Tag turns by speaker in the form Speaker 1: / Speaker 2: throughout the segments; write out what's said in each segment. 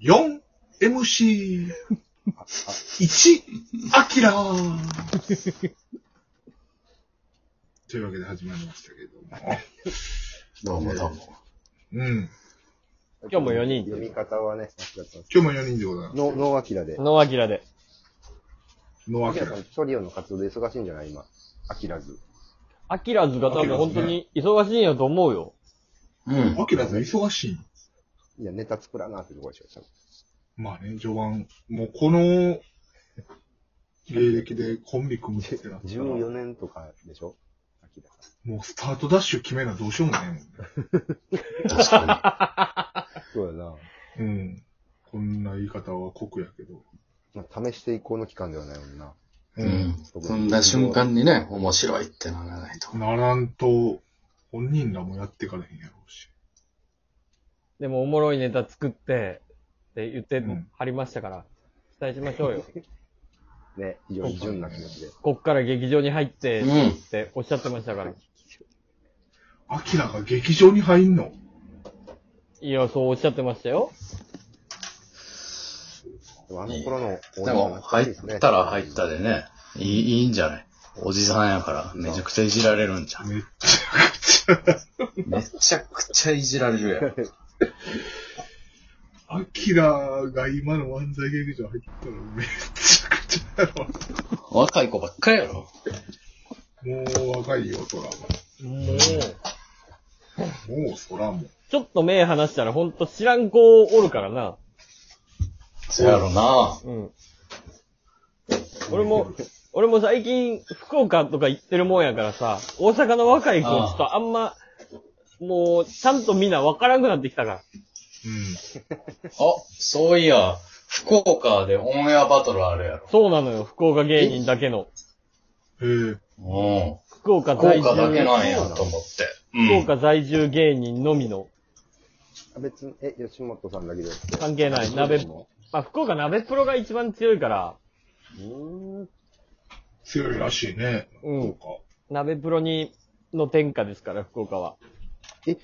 Speaker 1: 4MC。1、アキラー。というわけで始まりましたけれども。
Speaker 2: どうもどうも。
Speaker 1: うん。
Speaker 3: 今日も4人
Speaker 4: 読み方はね、間違ってます。
Speaker 1: 今日も4人でございます。
Speaker 4: ノノーアキラで。
Speaker 3: ノーアキラで。
Speaker 1: ノー
Speaker 4: ア
Speaker 1: ア
Speaker 4: キ
Speaker 1: キ
Speaker 4: ラ
Speaker 1: ラ
Speaker 4: さ。ん、トリオの活動で忙しいんじゃない今。アキラズ。
Speaker 3: アキラズが多分本当に忙しいんやと思うよ。
Speaker 2: うん。
Speaker 1: アキラさん忙しいん
Speaker 4: いや、ネタ作らなってとこでしょ、多分
Speaker 1: まあね、序盤、もうこの、芸歴でコンビ組むってなったら、
Speaker 4: 14年とかでしょアキラさ
Speaker 1: もうスタートダッシュ決めなどうしようもないもんね。
Speaker 2: 確か
Speaker 4: ん。そうやな。
Speaker 1: うん。こんな言い方は酷やけど。
Speaker 4: まあ、試していこうの期間ではないもんな。
Speaker 2: に。うん。踏んだ瞬間にね、面白いってならないと。
Speaker 1: ならんと、本人らもやってからへんやろうし。
Speaker 3: でもおもろいネタ作って、って言って
Speaker 1: うん
Speaker 3: はりましたから、期待しましょうよ。
Speaker 4: ね、非常に純な気持ちで。
Speaker 3: こっから劇場に入って、
Speaker 2: う
Speaker 3: っ
Speaker 2: ん。
Speaker 3: ておっしゃってましたから。
Speaker 1: アキラが劇場に入んの
Speaker 3: いや、そうおっしゃってましたよ。
Speaker 4: でもあの頃の
Speaker 2: でも、入ったら入ったでね、いいいいんじゃないおじさんやから、めちゃくちゃいじられるんじゃん。
Speaker 1: めっちゃくちゃ。
Speaker 2: めちゃくちゃいじられるやん。
Speaker 1: アキラが今の漫才劇場入ったらめっちゃくちゃやろ。
Speaker 2: 若い子ばっかりやろ。
Speaker 1: もう若いよ、そらも。
Speaker 3: もう、
Speaker 1: もうそらも。
Speaker 3: ちょっと目離したらほんと知らん子おるからな。
Speaker 2: そうやろな。
Speaker 3: うん。俺 も、俺も最近、福岡とか行ってるもんやからさ、大阪の若い子、ちょっとあんま、もう、ちゃんとみんなわからんくなってきたから。
Speaker 1: うん。
Speaker 2: あ、そういや、福岡でオンエアバトルあるや
Speaker 3: そうなのよ、福岡芸人だけの。
Speaker 1: へえ。
Speaker 2: ろ。
Speaker 3: 福岡
Speaker 2: うん。福
Speaker 3: 在
Speaker 2: 岡だ
Speaker 3: 住、
Speaker 2: けなんやと思って。うん
Speaker 3: 福岡在住芸人のみの、
Speaker 4: あ別に、え、吉本さんだけで。
Speaker 3: 関係ない、鍋、まあ、福岡鍋プロが一番強いから、
Speaker 4: うーん。
Speaker 1: 強いらしいね。
Speaker 3: うん
Speaker 1: そうか。
Speaker 3: 鍋プロに、の天下ですから、福岡は。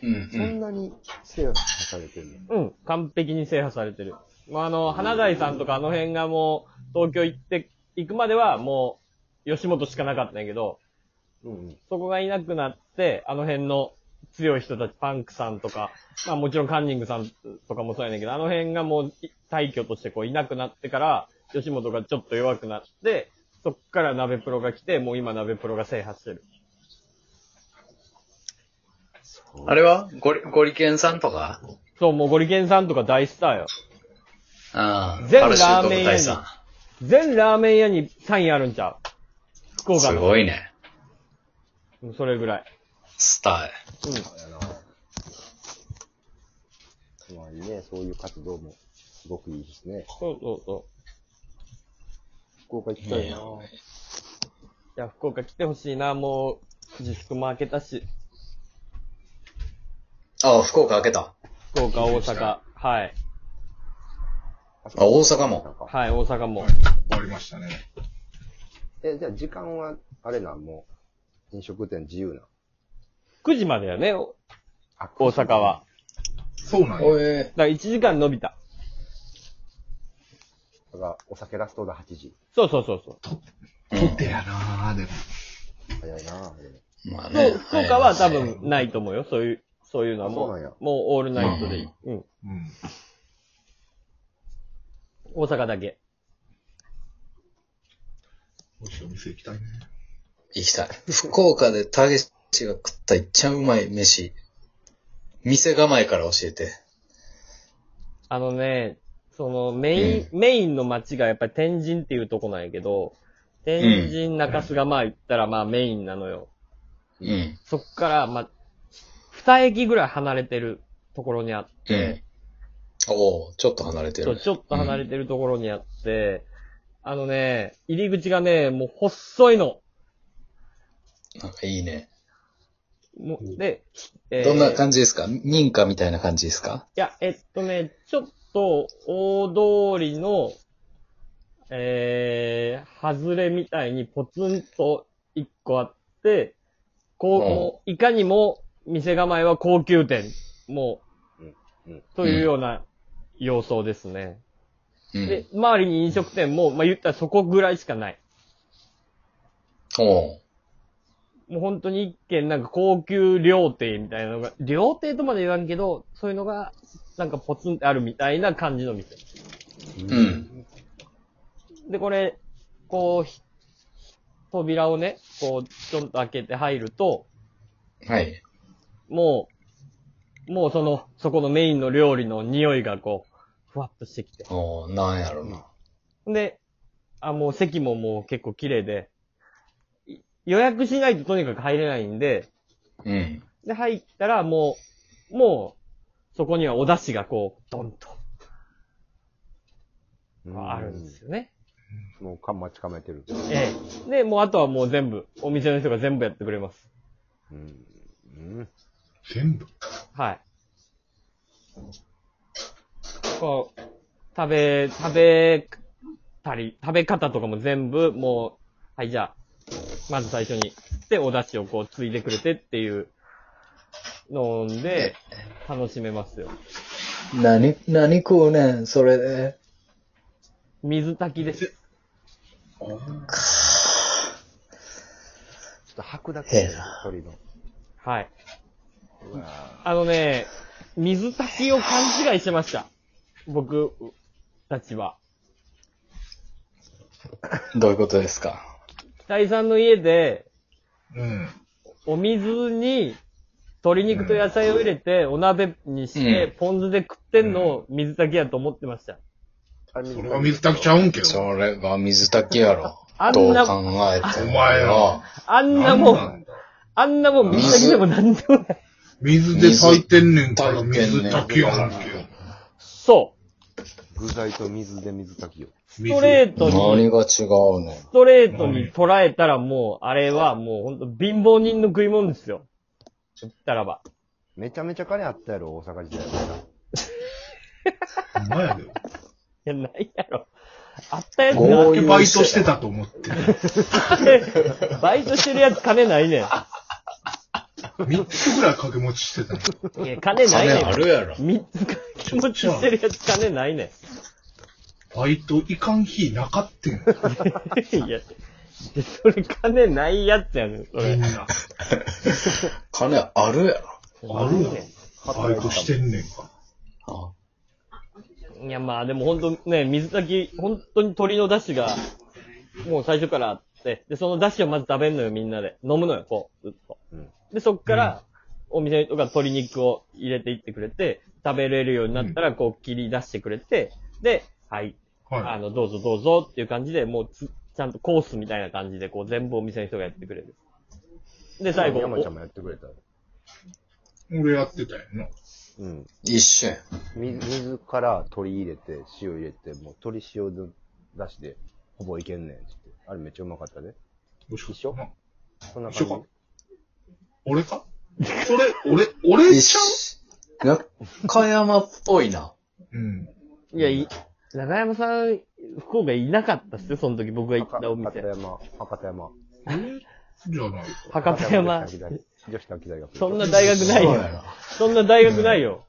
Speaker 2: うん
Speaker 4: そんなに制覇されてるの
Speaker 3: うん、完璧に制覇されてる。まあ、あの、花大さんとかあの辺がもう、東京行って、行くまではもう、吉本しかなかったんやけど、
Speaker 4: うんうん。
Speaker 3: そこがいなくなって、あの辺の強い人たち、パンクさんとか、まあもちろんカンニングさんとかもそうやねんけど、あの辺がもうい大挙としてこういなくなってから、吉本がちょっと弱くなって、そっから鍋プロが来て、もう今鍋プロが制覇してる。
Speaker 2: あれはゴリ、ゴリケンさんとか
Speaker 3: そう、もうゴリケンさんとか大スターよ。
Speaker 2: うん。
Speaker 3: 全
Speaker 2: パルシュート部隊
Speaker 3: ラーメン屋に
Speaker 2: さ
Speaker 3: 全ラーメン屋にサインあるんちゃう福
Speaker 2: ん。
Speaker 3: 岡
Speaker 2: す
Speaker 3: の。
Speaker 2: ごいね。
Speaker 3: うんそれぐらい。
Speaker 2: スターや。
Speaker 3: うん。
Speaker 4: あの、つまりね、そういう活動もすごくいいですね。
Speaker 3: そうそうそう。
Speaker 4: 福岡行きたいな。
Speaker 3: いや、福岡来てほしいな、もう、自粛も開けたし、
Speaker 2: ああ、福岡開けた。
Speaker 3: 福岡、大阪、はい。
Speaker 2: あ、大阪も。
Speaker 4: なんか
Speaker 3: はい、大阪も。
Speaker 1: 終わりましたね。
Speaker 4: え、じゃあ時間は、あれなん、もう、飲食店自由な。
Speaker 3: 9時までやね、お
Speaker 4: あ
Speaker 3: 大阪は。。
Speaker 1: そうなんや。
Speaker 2: おえ
Speaker 3: だから1時間伸びた。
Speaker 4: だから、お酒ラストだ8時。
Speaker 3: そうそうそうそう。
Speaker 2: ー。
Speaker 1: 取ってやなぁ、でも。
Speaker 4: 早いなぁ。
Speaker 2: まあ
Speaker 3: そう
Speaker 2: ね。
Speaker 3: 福岡は多分ないと思うよ、そういう、そういうのはも
Speaker 4: そう
Speaker 3: う、
Speaker 4: なんや
Speaker 3: もうオールナイトでいい。う
Speaker 1: う
Speaker 3: ん。
Speaker 1: ん。
Speaker 3: 大阪だけ。
Speaker 1: 美味しいお店行きたいね。
Speaker 2: 行きたい。福岡でタゲチが食ったいっちゃうまい飯。店構えから教えて。
Speaker 3: あのね、そのメイン、メインの街がやっぱり天神っていうとこなんやけど、天神中洲がまあ言ったらまあメインなのよ。
Speaker 2: うん。
Speaker 3: そっからまあ、二駅ぐらい離れてるところにあっ
Speaker 2: う
Speaker 3: て
Speaker 2: ん、。おおちょっと離れて
Speaker 3: そう
Speaker 2: る。
Speaker 3: ちょっと離れてるところにあって、あのね、入り口がね、もう細いの。
Speaker 2: なんかいいね。
Speaker 3: もうで、えー
Speaker 2: どんな感じですか民家みたいな感じですか
Speaker 3: いや、えっとね、ちょっと、大通りの、えー、外れみたいにポツンと一個あって、こう、
Speaker 2: うん
Speaker 3: もういかにも店構えは高級店、もう、
Speaker 4: うんうん
Speaker 3: というような様相ですね。
Speaker 2: うん
Speaker 3: で。、周りに飲食店も、まあ、言ったらそこぐらいしかない。
Speaker 2: おう
Speaker 3: もう本当に一軒なんか高級料亭みたいなのが、料亭とまで言わんけど、そういうのが、なんかポツンってあるみたいな感じの店。
Speaker 2: うん。
Speaker 3: で、これ、こうひ、扉をね、こう、ちょんと開けて入ると、
Speaker 2: はい。
Speaker 3: もう、もうその、そこのメインの料理の匂いがこう、ふわっとしてきて。
Speaker 2: おうなんやろな。
Speaker 3: で、あ、もう席ももう結構綺麗で、い予約しないととにかく入れないんで、
Speaker 2: うん。
Speaker 3: で、入ったらもう、もう、そこにはお出汁がこう、ドンと
Speaker 4: うん
Speaker 3: あるんですよね。
Speaker 4: もうか待ち構えてる。
Speaker 3: ええ。で、もうあとはもう全部、お店の人が全部やってくれます。
Speaker 4: うん。うん。
Speaker 1: 全部。
Speaker 3: はい。こう、食べ、食べたり、食べ方とかも全部、もう、はい、じゃあ、まず最初に、で、お出汁をこう、ついでくれてっていう、飲んで、楽しめますよ。
Speaker 2: 何、何食うねん、それで。
Speaker 3: 水炊きです。
Speaker 4: ちょっと白濁
Speaker 2: へえな
Speaker 4: 鳥の。
Speaker 3: はい。
Speaker 4: うわ
Speaker 3: あのね、水炊きを勘違いしてました。僕たちは。
Speaker 2: どういうことですか
Speaker 3: 北井さんの家で、
Speaker 1: うん。
Speaker 3: お水に、鶏肉と野菜を入れて、お鍋にして、
Speaker 2: うん
Speaker 3: ポン酢で食ってんのを水炊きやと思ってました。
Speaker 4: あ
Speaker 1: それは水炊きちゃうんけど。
Speaker 2: それが水炊きやろ。
Speaker 3: あんな
Speaker 2: どう考えても。
Speaker 1: お前ら。
Speaker 3: あんな
Speaker 1: なん
Speaker 3: も
Speaker 1: なん
Speaker 3: ん、
Speaker 1: だ
Speaker 3: あんなもん水炊きでもなんでもない。
Speaker 1: 水で炊いてんねんから
Speaker 2: 水
Speaker 1: 水
Speaker 2: 炊
Speaker 1: 炊
Speaker 2: き
Speaker 1: き
Speaker 2: や
Speaker 1: やん
Speaker 2: ん
Speaker 1: け。
Speaker 3: そ
Speaker 4: 具材と水で水炊きよ。
Speaker 3: う。ストレートに、
Speaker 2: 何が違うねん。
Speaker 3: ストレートに捉えたらもう、あれはもうほんと貧乏人の食い物ですよ。言ったらば。
Speaker 4: めちゃめちゃ金あったやろ、大阪時代。
Speaker 1: 水。前で。
Speaker 3: いや、ないやろ。あったやつが
Speaker 2: 強引
Speaker 1: バイトしてたと思って。
Speaker 3: バイトしてるやつ金な いねん。い
Speaker 1: 3つぐらい掛け持ちしてたの。
Speaker 3: や、金ない
Speaker 2: 金
Speaker 3: ねん。
Speaker 2: あるやろ。
Speaker 3: 三つか気持ちしてるやつ金ないね
Speaker 1: バイトいかん日なかったん。
Speaker 3: ん。 いや、でそれ金ないやつやねん、そ
Speaker 1: みん
Speaker 3: れ。
Speaker 1: な。
Speaker 2: 金あるやろ。
Speaker 1: あるやん。バイ
Speaker 4: 働い
Speaker 1: ト
Speaker 4: てた
Speaker 1: してんねんか。
Speaker 2: あ
Speaker 3: いや、まあでも本当ね、水炊き、本当に鶏の出汁が、もう最初からあって、で、その出汁をまず食べんのよ、みんなで。飲むのよ、こう、ずっと
Speaker 4: うん。
Speaker 3: で、そっから、お店とか鶏肉を入れていってくれて、食べれるようになったら、こう切り出してくれて、で、はい、あ
Speaker 1: は
Speaker 3: の、どうぞどうぞっていう感じで、もうつ、ちゃんとコースみたいな感じで、こう、全部お店の人がやってくれる。で、最後、
Speaker 4: 山ちゃん
Speaker 3: お
Speaker 4: もやってくれたよ。
Speaker 1: い。俺やってたよな。
Speaker 4: うん。
Speaker 2: 一瞬。
Speaker 4: 水水から鶏入れて、塩入れて、もう鶏塩の出しで、ほぼいけんねんっつって。あれめっちゃうまかったね。
Speaker 1: 美味しかった
Speaker 4: 一緒そんな
Speaker 1: 一
Speaker 4: 感
Speaker 1: 緒か。
Speaker 4: じ
Speaker 1: 俺かそれ、俺、俺ちゃ
Speaker 2: なんか山っぽいな。
Speaker 1: ううん。
Speaker 3: いや、い、中山さん、福岡いなかったっすよ、その時僕が行ったお
Speaker 4: 博
Speaker 3: 店
Speaker 4: 多。山、博多山。
Speaker 1: じゃないか。
Speaker 3: 博多山。
Speaker 4: 女子短期大学。
Speaker 3: そんな大学ない
Speaker 2: そう
Speaker 3: よ
Speaker 2: や。な。
Speaker 3: そんな大学ないよ。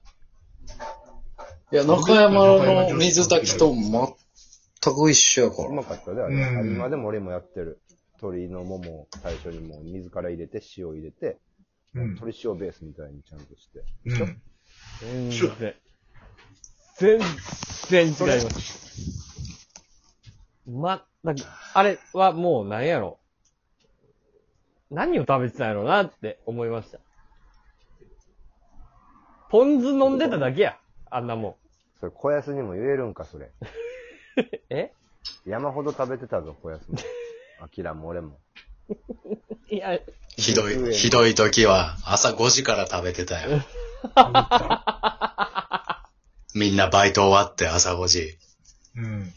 Speaker 2: いや、中山の水炊きと全く一緒やか
Speaker 4: う
Speaker 2: ら。
Speaker 4: まかったね、あれ。
Speaker 1: うん
Speaker 4: あれ今でも俺もやってる。鶏のももを最初にもう水から入れて、塩入れて、
Speaker 1: うん。
Speaker 4: 鶏塩ベースみたいにちゃんとして。
Speaker 1: うん。
Speaker 3: 全
Speaker 1: 一緒
Speaker 3: 然。全然違います。ま、なんか、あれはもう何やろ。何を食べてたんやろうなって思いました。ポン酢飲んでただけや。あんなも
Speaker 4: それ、小安にも言えるんか、それ。
Speaker 3: ん。え
Speaker 4: 山ほど食べてたぞ、小安も。あきらも俺も。
Speaker 3: いや、
Speaker 2: ひどい、ひどい時は朝5時から食べてた よ。みんなバイト終わって朝5時。
Speaker 1: うん。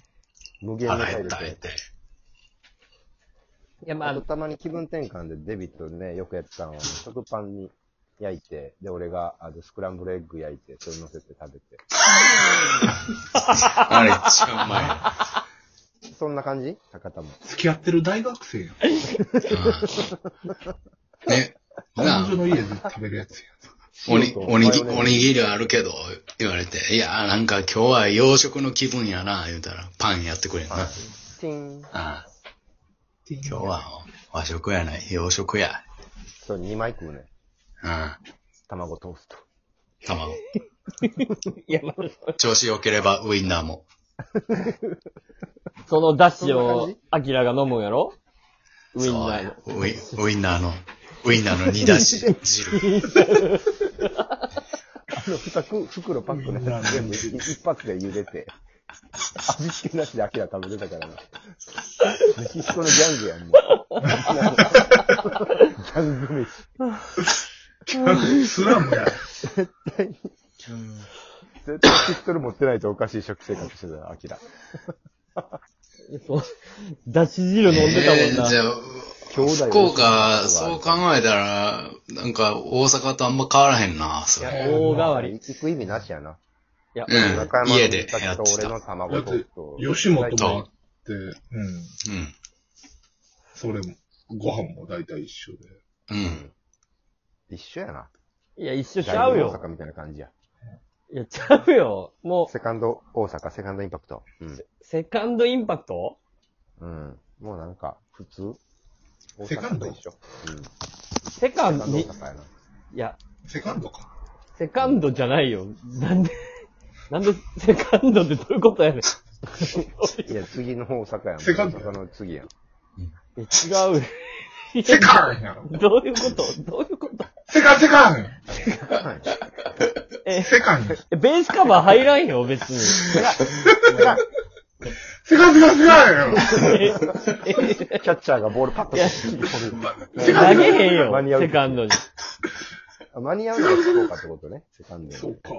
Speaker 4: 無限に
Speaker 2: 腹
Speaker 4: 入
Speaker 2: 減
Speaker 4: れ。
Speaker 2: った減ってて。
Speaker 3: いやま
Speaker 4: あと
Speaker 3: あ、
Speaker 4: たまに気分転換でデビットでね、よくやって たのは、食パンに焼いて、で、俺があのスクランブルエッグ焼いて、それ乗せて食べて。
Speaker 2: あれ、一番うまいよ。
Speaker 4: そんな感じ博多も。
Speaker 1: 付き合ってる大学生やん。
Speaker 2: うんね。な
Speaker 1: 彼
Speaker 2: あ
Speaker 1: 女の家で食べるやつや
Speaker 2: おに、
Speaker 4: 塩と
Speaker 2: おにぎ、
Speaker 4: マヨネーズ
Speaker 2: おにぎりはあるけど、言われて、いや、なんか今日は洋食の気分やな、言うたら、パンやってくれんな。あ
Speaker 4: チン。
Speaker 2: あ今日は和食やない、洋食や。
Speaker 4: そう、2枚食うね。
Speaker 2: ああ
Speaker 4: 卵トースト。
Speaker 2: 卵。
Speaker 3: いや、まあ、
Speaker 2: 調子良ければウインナーも。
Speaker 3: そのダッシュ
Speaker 4: そんな
Speaker 3: を
Speaker 4: 感じ、
Speaker 3: アキラが飲むんやろウィンナーの。
Speaker 2: そうウイウインナーの、ウインナーの煮出し 汁。
Speaker 4: あの、二く袋パックのやつ全部一一発で茹でて、味付けなしでアキラ食べてたからな。メキシコのギャングやん、もう。ギャング飯。
Speaker 1: スラムや。
Speaker 4: 絶対ピストル持ってないとおかしい食生活してたよ、アキラ。
Speaker 3: そう。だし汁飲んでたもん
Speaker 2: えー
Speaker 3: な。
Speaker 2: じゃあ、
Speaker 4: 兄弟
Speaker 2: 福岡、そう考えたら、なんか大阪とあんま変わらへんな、それ。
Speaker 3: 大変わり。
Speaker 4: 行く意味なしやな。
Speaker 3: いや、
Speaker 2: うん。家でや
Speaker 4: や
Speaker 2: っ
Speaker 4: と
Speaker 2: て
Speaker 4: 俺
Speaker 2: た。う
Speaker 1: だ
Speaker 4: の卵
Speaker 1: っ
Speaker 4: トースト。
Speaker 1: て、吉本も
Speaker 2: と
Speaker 1: 行って、うん。
Speaker 2: ん。
Speaker 1: それも、ご飯も大体一緒で。
Speaker 2: うん。
Speaker 4: 一緒やな。
Speaker 3: いや、一緒ちゃ
Speaker 4: 大
Speaker 3: う
Speaker 4: 大
Speaker 3: よ。
Speaker 4: 阪みたいな感じや。
Speaker 3: いや、ちゃうよ。もう、
Speaker 4: セカンド大阪、セカンドインパクト。うん。
Speaker 3: セカンドインパクト
Speaker 4: うん。もうなんか、普通。大
Speaker 1: セカン
Speaker 4: 阪
Speaker 1: ド
Speaker 4: と一緒。うん。セ
Speaker 3: セカ
Speaker 4: カ
Speaker 3: ンド
Speaker 4: ンド大
Speaker 3: に、
Speaker 4: 阪やな。
Speaker 3: いや、
Speaker 1: セカンドか。
Speaker 3: セカンドじゃないよ。なんで、なんでセカンドってどういうことやねん。
Speaker 4: いや、次の大阪やん。
Speaker 1: セカンド
Speaker 4: 大阪の次やん。
Speaker 3: いや違うよ。
Speaker 1: セカンやろ
Speaker 3: どういうことどういうこと
Speaker 1: セカンセカン
Speaker 4: はい。
Speaker 3: え、
Speaker 1: セカンや
Speaker 3: えベースカバー入らんよ、別に。
Speaker 1: セカンセカンセカンやろ
Speaker 3: え
Speaker 4: キャッチャーがボールパッと切り込む。
Speaker 1: セカ
Speaker 3: 投
Speaker 1: ン
Speaker 3: げ
Speaker 1: セ
Speaker 3: へんよ
Speaker 4: 間に合、う
Speaker 3: セカンドに。
Speaker 4: あ間に合うのが福岡ってことね。セカンドに。
Speaker 1: そうか。